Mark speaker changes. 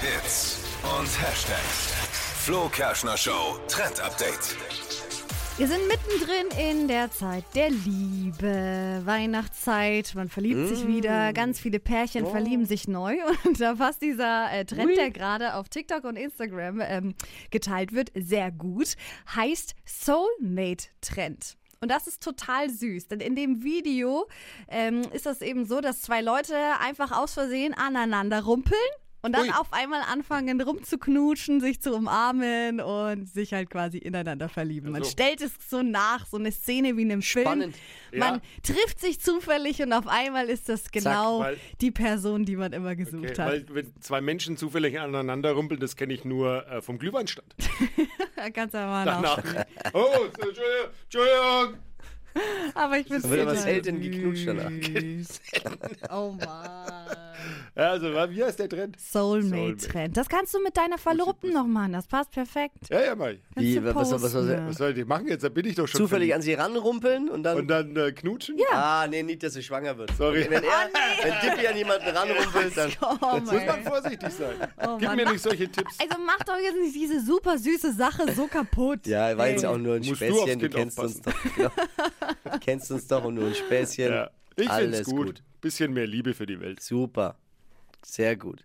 Speaker 1: Hits und Hashtags. Flo Kerschner Show Trend Update.
Speaker 2: Wir sind mittendrin in der Zeit der Liebe. Weihnachtszeit, man verliebt sich wieder. Ganz viele Pärchen verlieben sich neu. Und da passt dieser äh, Trend, der gerade auf TikTok und Instagram ähm, geteilt wird, sehr gut. Heißt Soulmate-Trend. Und das ist total süß, denn in dem Video ähm, ist das eben so, dass zwei Leute einfach aus Versehen aneinander rumpeln. Und dann
Speaker 3: Ui.
Speaker 2: auf einmal anfangen rumzuknutschen, sich zu umarmen und sich halt quasi ineinander verlieben. Man
Speaker 3: so.
Speaker 2: stellt es so nach, so eine Szene wie in einem Film.
Speaker 3: Also Spannend, ja.
Speaker 2: Man trifft sich zufällig und auf einmal ist das genau
Speaker 3: weil-
Speaker 2: die Person, die man immer gesucht
Speaker 3: Okay,
Speaker 2: hat.
Speaker 3: weil wenn zwei Menschen zufällig aneinander rumpeln, das kenne ich nur äh, vom Glühweinstand.
Speaker 2: Ganz normal
Speaker 3: Danach.
Speaker 2: auch.
Speaker 3: Oh, so, Entschuldigung, Entschuldigung.
Speaker 2: Aber ich bin
Speaker 4: Da wird aber selten geknutscht danach.
Speaker 2: Oh Mann.
Speaker 3: Also, wie heißt der Trend?
Speaker 2: Soulmate-Trend. Das kannst du mit deiner Verlobten noch machen. Das passt perfekt.
Speaker 3: Ja, ja, Mai.
Speaker 2: Kannst
Speaker 4: Wie,
Speaker 2: du
Speaker 4: wa- was- was- was-
Speaker 2: posten,
Speaker 3: Was soll ich denn machen jetzt? Da bin ich doch schon
Speaker 4: Zufällig an
Speaker 3: verliebt.
Speaker 4: sie ranrumpeln und dann.
Speaker 3: Und dann äh, knutschen? Ja.
Speaker 4: ah, nee, nicht, dass sie schwanger wird.
Speaker 3: Sorry.
Speaker 4: Wenn, er, wenn Dippy an jemanden ranrumpelt, dann.
Speaker 2: ja. Oh
Speaker 3: Muss man
Speaker 2: mein.
Speaker 3: vorsichtig sein. Gib
Speaker 2: Mann.
Speaker 3: mir nicht solche Tipps.
Speaker 2: Also mach doch jetzt nicht diese super süße Sache so kaputt.
Speaker 4: Ja, war jetzt auch nur ein
Speaker 3: Musst du aufs
Speaker 4: Späßchen. Du,
Speaker 3: Kind
Speaker 4: kennst uns doch. Genau. Du kennst uns doch und nur ein Späßchen.
Speaker 3: Ja. Ich finde
Speaker 4: Alles
Speaker 3: es gut. Bisschen mehr Liebe für die Welt.
Speaker 4: Super. Sehr gut.